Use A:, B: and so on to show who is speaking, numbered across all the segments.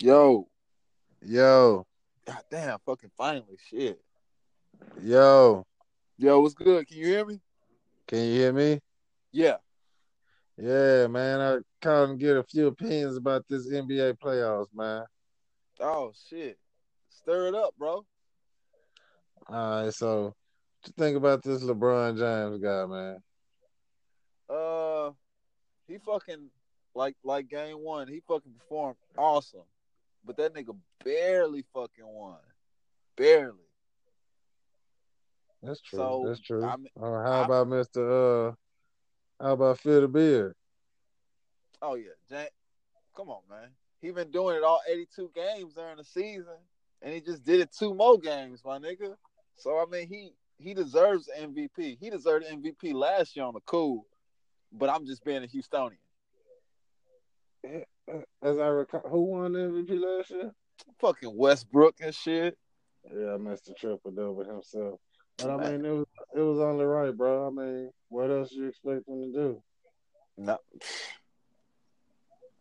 A: Yo,
B: Yo,
A: god damn, fucking finally, shit.
B: yo,
A: Yo, what's good? Can you hear me?
B: can you hear me?
A: Yeah.
B: Yeah, man, I called and get a few opinions about this NBA playoffs, man.
A: Oh shit. Stir it up, bro.
B: All right, so what you think about this LeBron James guy, man?
A: Uh, he fucking like like game one. He fucking performed awesome, but that nigga barely fucking won. Barely.
B: That's true.
A: So,
B: That's true.
A: I mean,
B: Uh, how
A: I-
B: about Mr. Uh, how about Phil the Beard?
A: Oh yeah, Jack. Come on, man. He been doing it all 82 games during the season, and he just did it two more games, my nigga. So I mean, he he deserves MVP. He deserved MVP last year on the cool, but I'm just being a Houstonian.
B: Uh, As I recall, who won the MVP last year?
A: Fucking Westbrook and shit.
B: Yeah, Mr. Triple Double himself. But I
A: Man.
B: mean, it was it was only right, bro. I mean, what else you expect him to do?
A: No.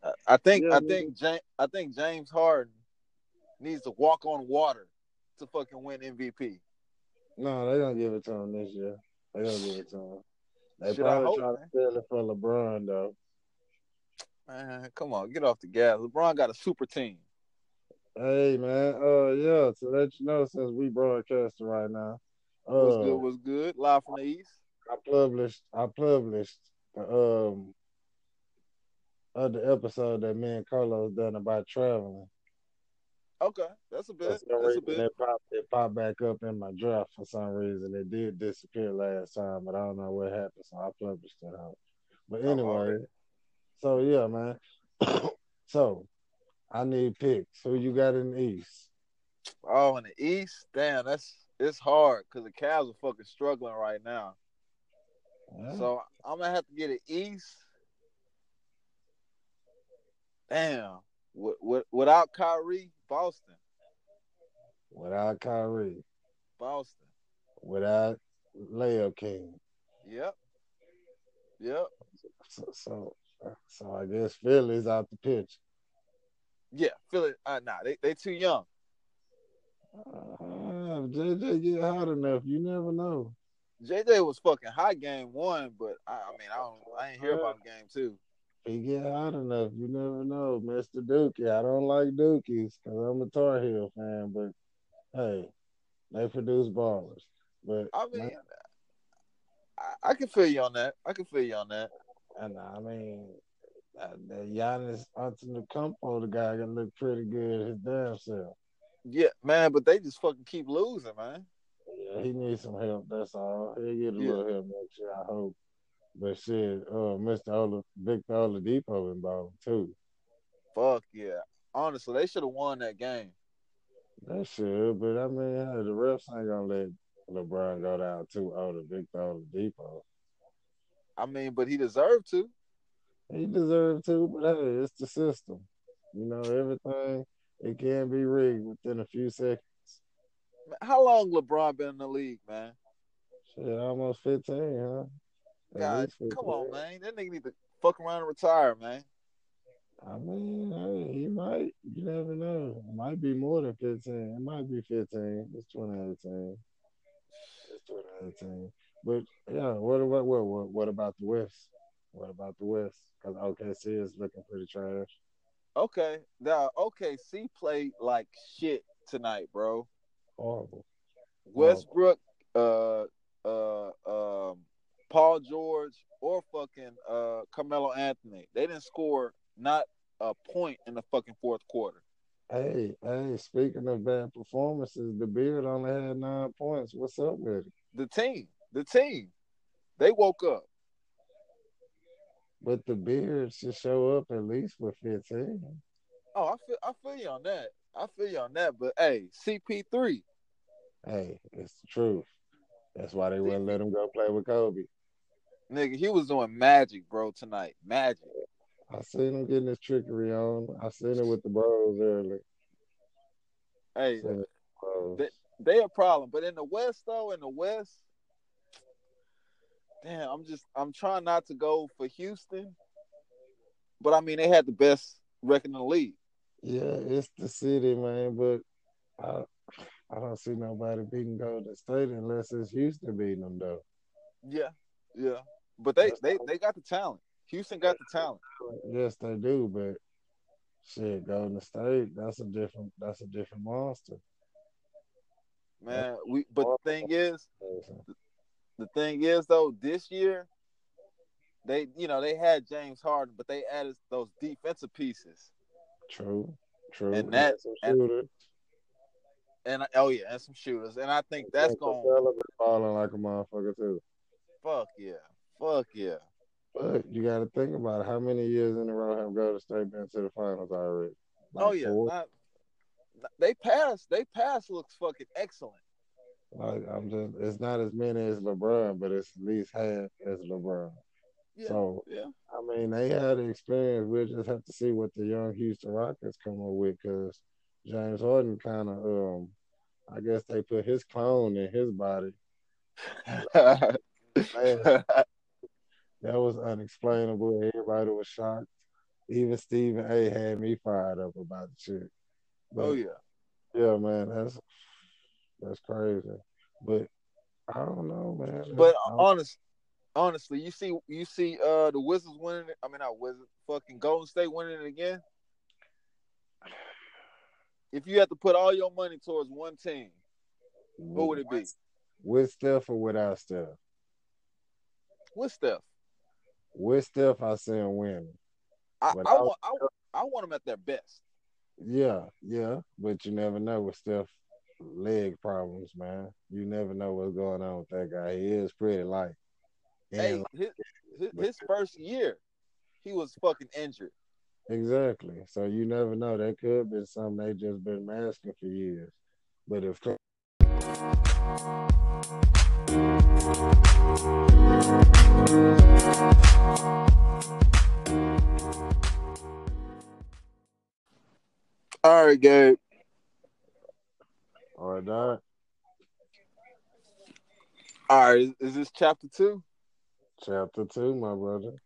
A: I- I think
B: Yeah,
A: I
B: nigga.
A: think James, I think James Harden needs to walk on water to fucking win MVP.
B: No, they don't give it to him this year. They don't give it to him. They
A: Shit, I
B: probably
A: hope,
B: try to
A: man.
B: sell it for LeBron though.
A: Man, come on, get off the gas. LeBron got a super team.
B: Hey man, uh yeah, to let you know since we broadcasting right now.
A: What's good?
B: Uh,
A: What's good? Live from the east.
B: I published I published the um other episode that me and Carlos done about traveling.
A: Okay, that's a
B: For
A: bit.
B: some
A: That's a
B: reason
A: bit.
B: it popped it popped back up in my draft for some reason. It did disappear last time, but I don't know what happened, so I published it out. But
A: Oh,
B: anyway,
A: alright.
B: so yeah, man. so I need picks. Who you got in the East?
A: Oh, in the east. Damn, that's it's hard because the Cavs are fucking struggling right now. So I'm gonna have to get an east. Damn. Wi- wi- Without Kyrie, Boston,
B: without Kyrie,
A: Boston.
B: without Layup King.
A: Yep. Yep.
B: So, so, so I guess Philly's out the picture.
A: Yeah. Philly. Uh, nah, they they too young.
B: Uh, if JJ get hot enough, you never know.
A: JJ was fucking hot game one, but I, I mean I don't I ain't hear about game two.
B: If he get hot enough, you never know. Mr. Dookie, I don't like Dookies because I'm a Tar Heel fan, but hey, they produce ballers. But
A: I mean, I, I can feel you on that. I can feel you on that.
B: And I mean, uh, the Giannis Antetokounmpo, the guy that looked pretty good his damn self.
A: Yeah, man, but they just fucking keep losing, man.
B: Yeah, he needs some help. That's all. He'll get a
A: Yeah.
B: little help next year, I hope. But shit, uh, Mr. Ola, Victor Oladipo involved too.
A: Fuck yeah. Honestly, they should have won that game.
B: That should, but I mean, hey, the refs ain't gonna let LeBron go down too old to Victor Oladipo.
A: I mean, but he deserved to.
B: He deserved to, but hey, it's the system. You know, everything it can be rigged within a few seconds.
A: Man, How long LeBron been in the league, man?
B: Shit, almost fifteen, huh? At
A: God,
B: least 15.
A: come on, man. That nigga need to fuck around and retire, man.
B: I mean, hey, he might. You never know. It might be more than fifteen. It might be fifteen. It's twenty eighteen. It's twenty eighteen. But yeah, what about what what what about the West? What about the West? Because OKC is looking pretty trash.
A: Okay. Now, OKC played like shit tonight, bro.
B: Horrible.
A: Westbrook, uh, uh, um, Paul George, or fucking uh, Carmelo Anthony. They didn't score not a point in the fucking fourth quarter.
B: Hey, hey. Speaking of bad performances, the Beard only had nine points. What's up with it?
A: The team, the team, they woke up.
B: But the Beard should show up at least with fifteen.
A: Oh, I feel I feel you on that. I feel you on that. But hey, CP3,
B: Hey, it's the truth. That's why they wouldn't let him go play with Kobe.
A: nigga, he was doing magic, bro, tonight. Magic.
B: I seen him getting his trickery on. I seen it with the bros earlier.
A: Hey,
B: So, bros.
A: That- they a problem. But in the West though, in the West, damn, I'm just I'm trying not to go for Houston. But I mean, they had the best record in the league.
B: Yeah, it's the city, man. But I, I don't see nobody beating Golden State unless it's Houston beating them, though.
A: Yeah, yeah. But they they, they got the talent. Houston got the talent.
B: Yes, they do. But shit, Golden State, that's a different that's a different monster.
A: Man, we but the thing is, the thing is though, this year they you know they had James Harden, but they added those defensive pieces
B: True, true.
A: And that-
B: That's a
A: and-
B: shooter.
A: and oh yeah, and some shooters, and I think that's going
B: Capella been balling like a motherfucker too.
A: fuck yeah, fuck yeah.
B: But you got to think about it. how many years in a row have Golden State been to the finals already? Like
A: Oh yeah,
B: four?
A: not- they pass. They pass looks fucking excellent.
B: Like I'm just, it's not as many as LeBron, but it's at least half as LeBron.
A: Yeah.
B: So
A: Yeah,
B: I mean, they had the experience. We'll just have to see what the young Houston Rockets come up with because James Harden kind of, um, I guess they put his clone in his body.
A: Oh,
B: That was unexplainable. Everybody was shocked. Even Stephen A. had me fired up about the shit. But,
A: oh yeah.
B: yeah, man, that's that's crazy. But I don't know, man.
A: But
B: I don't-
A: honest, honestly, you see, you see, uh, the Wizards winning. it- I mean, not Wizards, fucking Golden State winning it again. If you had to put all your money towards one team, who would it be?
B: With Steph or without Steph?
A: With Steph,
B: With Steph, I see him winning.
A: I, I
B: Without
A: want, I, I want them at their best.
B: Yeah, yeah, but you never know with Steph leg problems, man. You never know what's going on with that guy. He is pretty light. And
A: Hey, his, his, his first year, he was fucking injured.
B: exactly. So you never know. That could have been something they just been masking for years. But if
A: All right, Gabe.
B: or not,
A: All right, is, is this chapter two?
B: chapter two, my brother.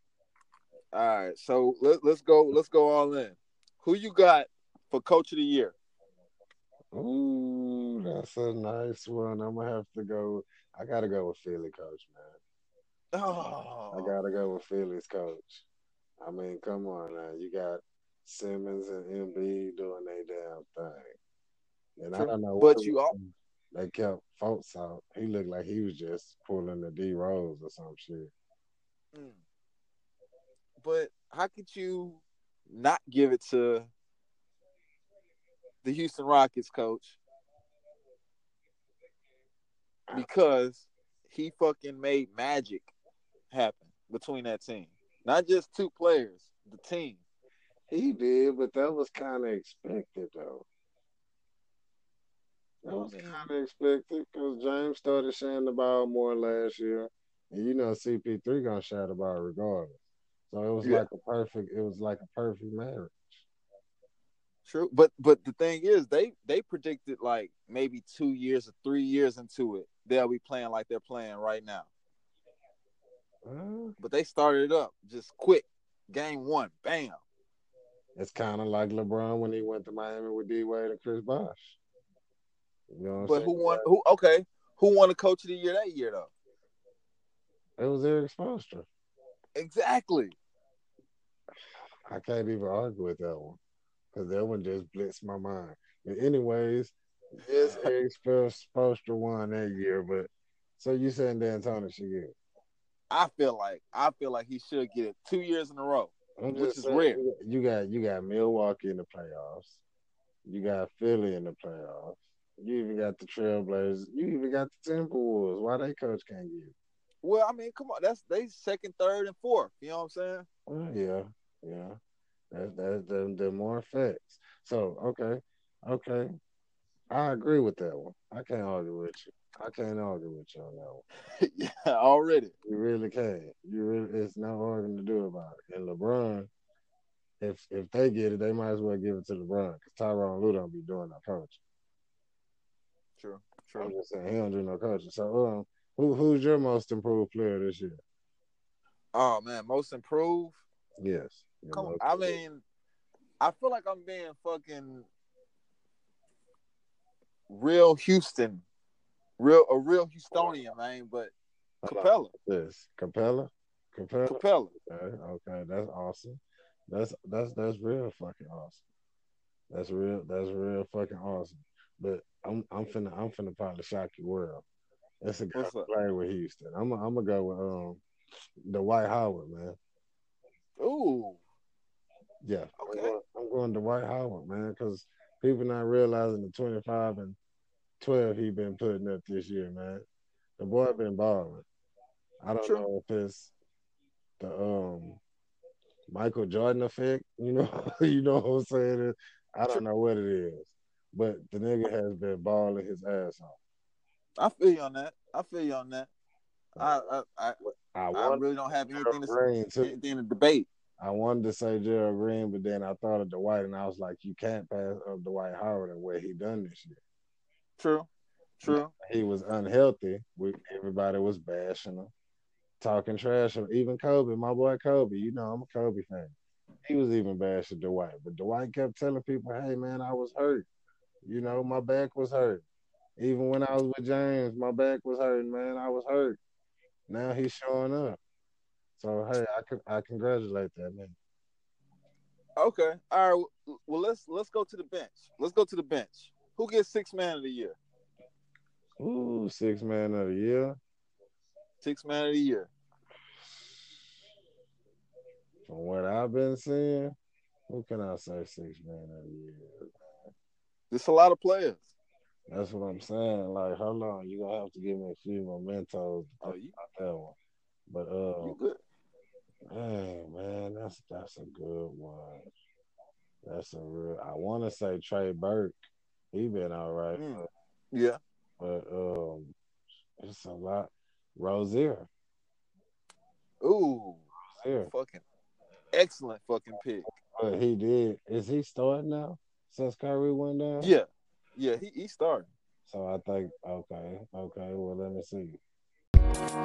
A: All right, so let, let's go. Let's go all in. Who you got for coach of the year?
B: Ooh, that's a nice one. I'm gonna have to go. I gotta go with Philly coach, man.
A: Oh,
B: I gotta go with Philly's coach. I mean, come on now. You got Simmons and MB doing their damn thing. And I
A: True.
B: don't know
A: But
B: what
A: you all-
B: they kept folks out. He looked like he was just pulling the D Rose or some shit.
A: Mm. But how could you not give it to the Houston Rockets coach? Because he fucking made magic happen between that team. Not just two players, the team.
B: He did, but that was kind of expected though. That was
A: Okay.
B: kind of expected because James started sharing the ball more last year, and you know CP3 gonna share the ball regardless. So it was
A: Yeah.
B: like a perfect. It was like a perfect marriage.
A: True. But but the thing is they they predicted like maybe two years or three years into it, they'll be playing like they're playing right now.
B: Uh,
A: But they started it up just quick. Game one, bam.
B: It's kind of like LeBron when he went to Miami with D Wade and Chris Bosh. You know what I'm
A: But
B: saying?
A: who won? Who okay? Who won the coach of the year that year though?
B: It was Eric Spoelstra.
A: Exactly.
B: I can't even argue with that one because that one just blitzed my mind. But anyways, yes, Eric Spoelstra won that year. But so you saying D'Antoni should get? it.
A: I feel like I feel like he should get it two years in a row.
B: I'm
A: Which
B: just
A: is
B: saying,
A: rare.
B: You got you got Milwaukee in the playoffs. You got Philly in the playoffs. You even got the Trailblazers. You even got the Timberwolves. Why they coach can't get? it?
A: Well, I mean, come on, that's they second, third, and fourth. You know what I'm saying?
B: Well, Oh, yeah, yeah. That that them them more effects. So okay, okay. I agree with that one. I can't argue with you. I can't argue with you on that one.
A: yeah, already.
B: You really can. You really it's no arguing to do about it. And LeBron, if if they get it, they might as well give it to LeBron because Tyron Lue don't be doing no coaching.
A: True.
B: I'm just saying he don't do no coaching. So um, who who's your most improved player this year?
A: Oh man, most improved.
B: Yes. your
A: Come on.
B: most
A: I
B: improved.
A: mean, I feel like I'm being fucking real Houston, real a real Houstonian, man. But Capella,
B: This Uh, Capella, Capella.
A: Capella,
B: Okay, okay, that's awesome. That's that's that's real fucking awesome. That's real. That's real fucking awesome. But I'm I'm finna I'm finna probably shock your world. That's a guy
A: What's up?
B: playing with Houston. I'm I'm gonna go with um the White Howard man.
A: ooh,
B: Yeah,
A: Okay.
B: I'm, going, I'm going Dwight Howard man because people not realizing the 25 and 12 he been putting up this year man. The boy been balling. I don't
A: True.
B: know if it's the um Michael Jordan effect, you know, you know what I'm saying. I don't know what it is, but the nigga has been balling his ass off.
A: I feel you on that. I feel you on that. I I I,
B: I
A: I
B: wanted
A: really don't have anything
B: Gerald
A: to
B: Green
A: say,
B: too.
A: anything to debate.
B: I wanted to say Gerald Green, but then I thought of Dwight, and I was like, you can't pass up Dwight Howard and what he done this year.
A: True, true.
B: he was unhealthy. We, everybody was bashing him, talking trash. Him. Even Kobe, my boy Kobe, you know I'm a Kobe fan. He was even bashing Dwight, but Dwight kept telling people, "Hey man, I was hurt. You know, my back was hurt. Even when I was with James, my back was hurting. Man, I was hurt. Now he's showing up. So hey, I con- I congratulate that man.
A: Okay, all right. Well, let's let's go to the bench. Let's go to the bench. Who gets six man of the year?
B: Ooh, six man of the year.
A: Six man of the year.
B: From what I've been seeing, who can I say six man of the year?
A: There's a lot of players.
B: That's what I'm saying. Like, hold on, you gonna have to give me a few mementos
A: Oh, you
B: about that one. But
A: you
B: uh,
A: good?
B: dang, man, that's that's a good one. That's a real. I want to say Trey Burke. He been all right,
A: Mm. Yeah.
B: but um, it's a lot. Rozier,
A: Ooh,
B: Rozier,
A: fucking excellent fucking pick.
B: but he did. Is he starting now since Kyrie went down?
A: Yeah, yeah. He he started.
B: So I think okay, okay. Well, let me see.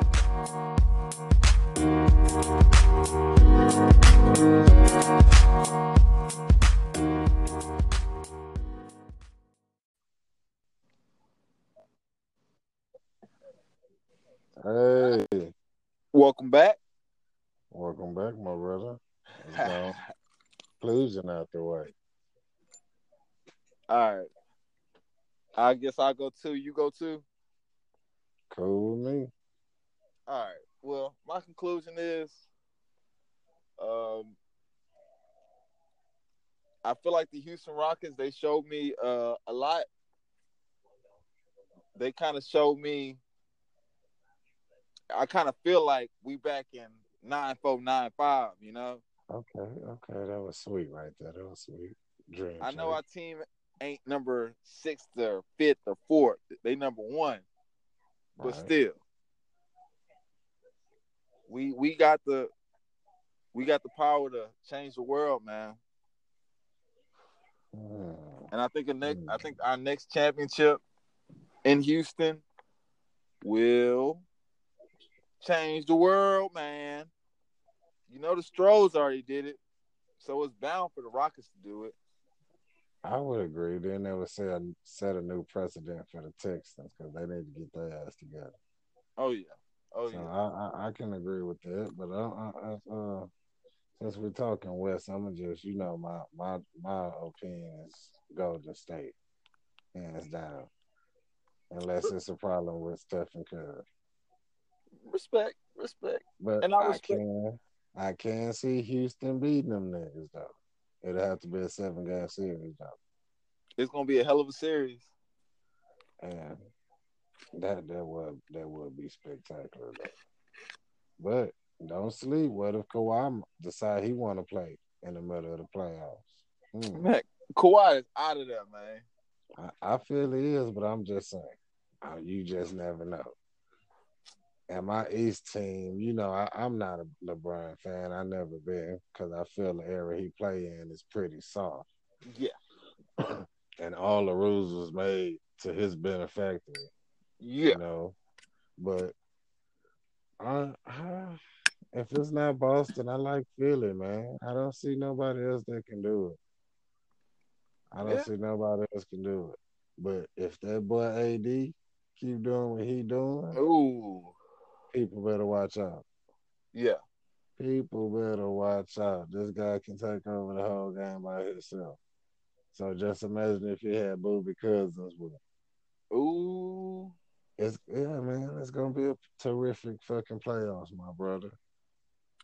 B: Hey,
A: Welcome back.
B: welcome back, my brother. There's no Conclusion out the way.
A: All right. I guess I go two. You go two.
B: Cool with me.
A: All right. Well, my conclusion is, um, I feel like the Houston Rockets. They showed me uh, a lot. They kind of showed me. I kind of feel like we back in nine four nine five. You know,
B: Okay, okay, that was sweet right there. That was sweet. Dream.
A: I know
B: team.
A: our team ain't number sixth or fifth or fourth. They number one, but
B: Right.
A: still, we we got the we got the power to change the world, man.
B: Mm.
A: And I think the next, I think our next championship in Houston will change the world, man. You know the Stros already did it, so it's bound for the Rockets to do it.
B: I would agree. Then they would set a, set a new precedent for the Texans because they need to get their ass together.
A: Oh yeah, oh
B: so
A: yeah.
B: I, I, I can agree with that. But I, I, I, uh, since we're talking West, I'm gonna just you know my my my opinion is Golden State hands down, unless it's a problem with Stephen Curry.
A: Respect, respect.
B: But
A: And I
B: I,
A: respect-
B: can I can see Houston beating them niggas though. It'd have to be a seven game series though.
A: It's gonna be a hell of a series.
B: and that that would that would be spectacular. though. But don't sleep. What if Kawhi decide he want to play in the middle of the playoffs? Hmm.
A: Mac Kawhi is out of there, man.
B: I, I feel he is, but I'm just saying, uh, you just never know. And my East team, you know, I, I'm not a LeBron fan. I never been because I feel the era he play in is pretty soft.
A: Yeah,
B: and all the rules was made to his benefactor.
A: yeah.
B: you know. But I, I, if it's not Boston, I like Philly, man. I don't see nobody else that can do it. I don't
A: Yeah.
B: see nobody else can do it. But if that boy AD keep doing what he
A: Oh.
B: doing,
A: Ooh,
B: people better watch out.
A: yeah,
B: People better watch out. This guy can take over the whole game by himself. So just imagine if he had Booby Cousins with him.
A: ooh,
B: It's yeah, man. It's gonna be a terrific fucking playoffs, my brother.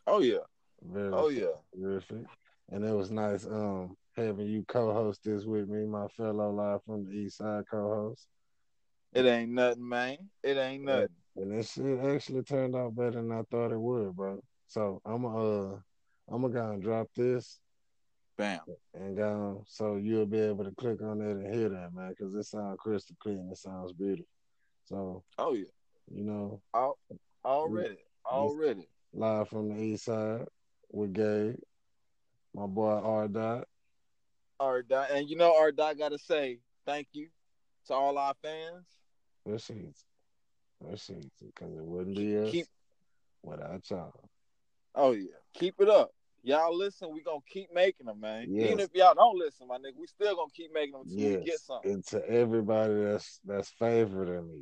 A: oh yeah,
B: Very
A: oh yeah.
B: terrific. And it was nice um having you co-host this with me, my fellow live from the East Side co-host.
A: It ain't nothing, man. It ain't nothing.
B: And this shit actually turned out better than I thought it would, bro. So I'm uh I'm gonna go and drop this
A: Bam.
B: and go so you'll be able to click on it and hear that, man, because it sounds crystal clear and it sounds beautiful. So
A: Oh yeah.
B: you know,
A: Al- already, already.
B: live from the East Side with Gabe, my boy R. Dot.
A: R dot, and you know R dot got to say thank you to all our fans.
B: This is this is because it wouldn't be us
A: Keep-
B: without y'all.
A: Oh yeah, keep it up. Y'all listen, we gonna keep making them, man.
B: Yes.
A: Even if y'all don't listen, my nigga, we still gonna keep making them until we get
B: Yes.
A: something.
B: And to everybody that's that's favoring me.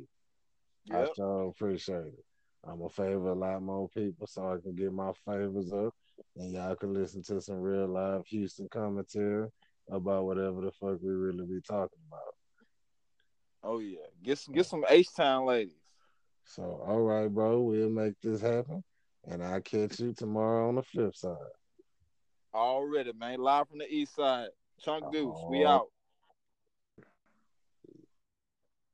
A: Yep.
B: I sure appreciate it. I'm gonna favor a lot more people so I can get my favors up, and y'all can listen to some real live Houston commentary about whatever the fuck we really be talking about.
A: Oh yeah, get some get some H Town ladies.
B: So, all right, bro, we'll make this happen, and I'll catch you tomorrow on the flip side.
A: Already, man. Live from the East Side. Chunk Deuce, we
B: Oh.
A: out.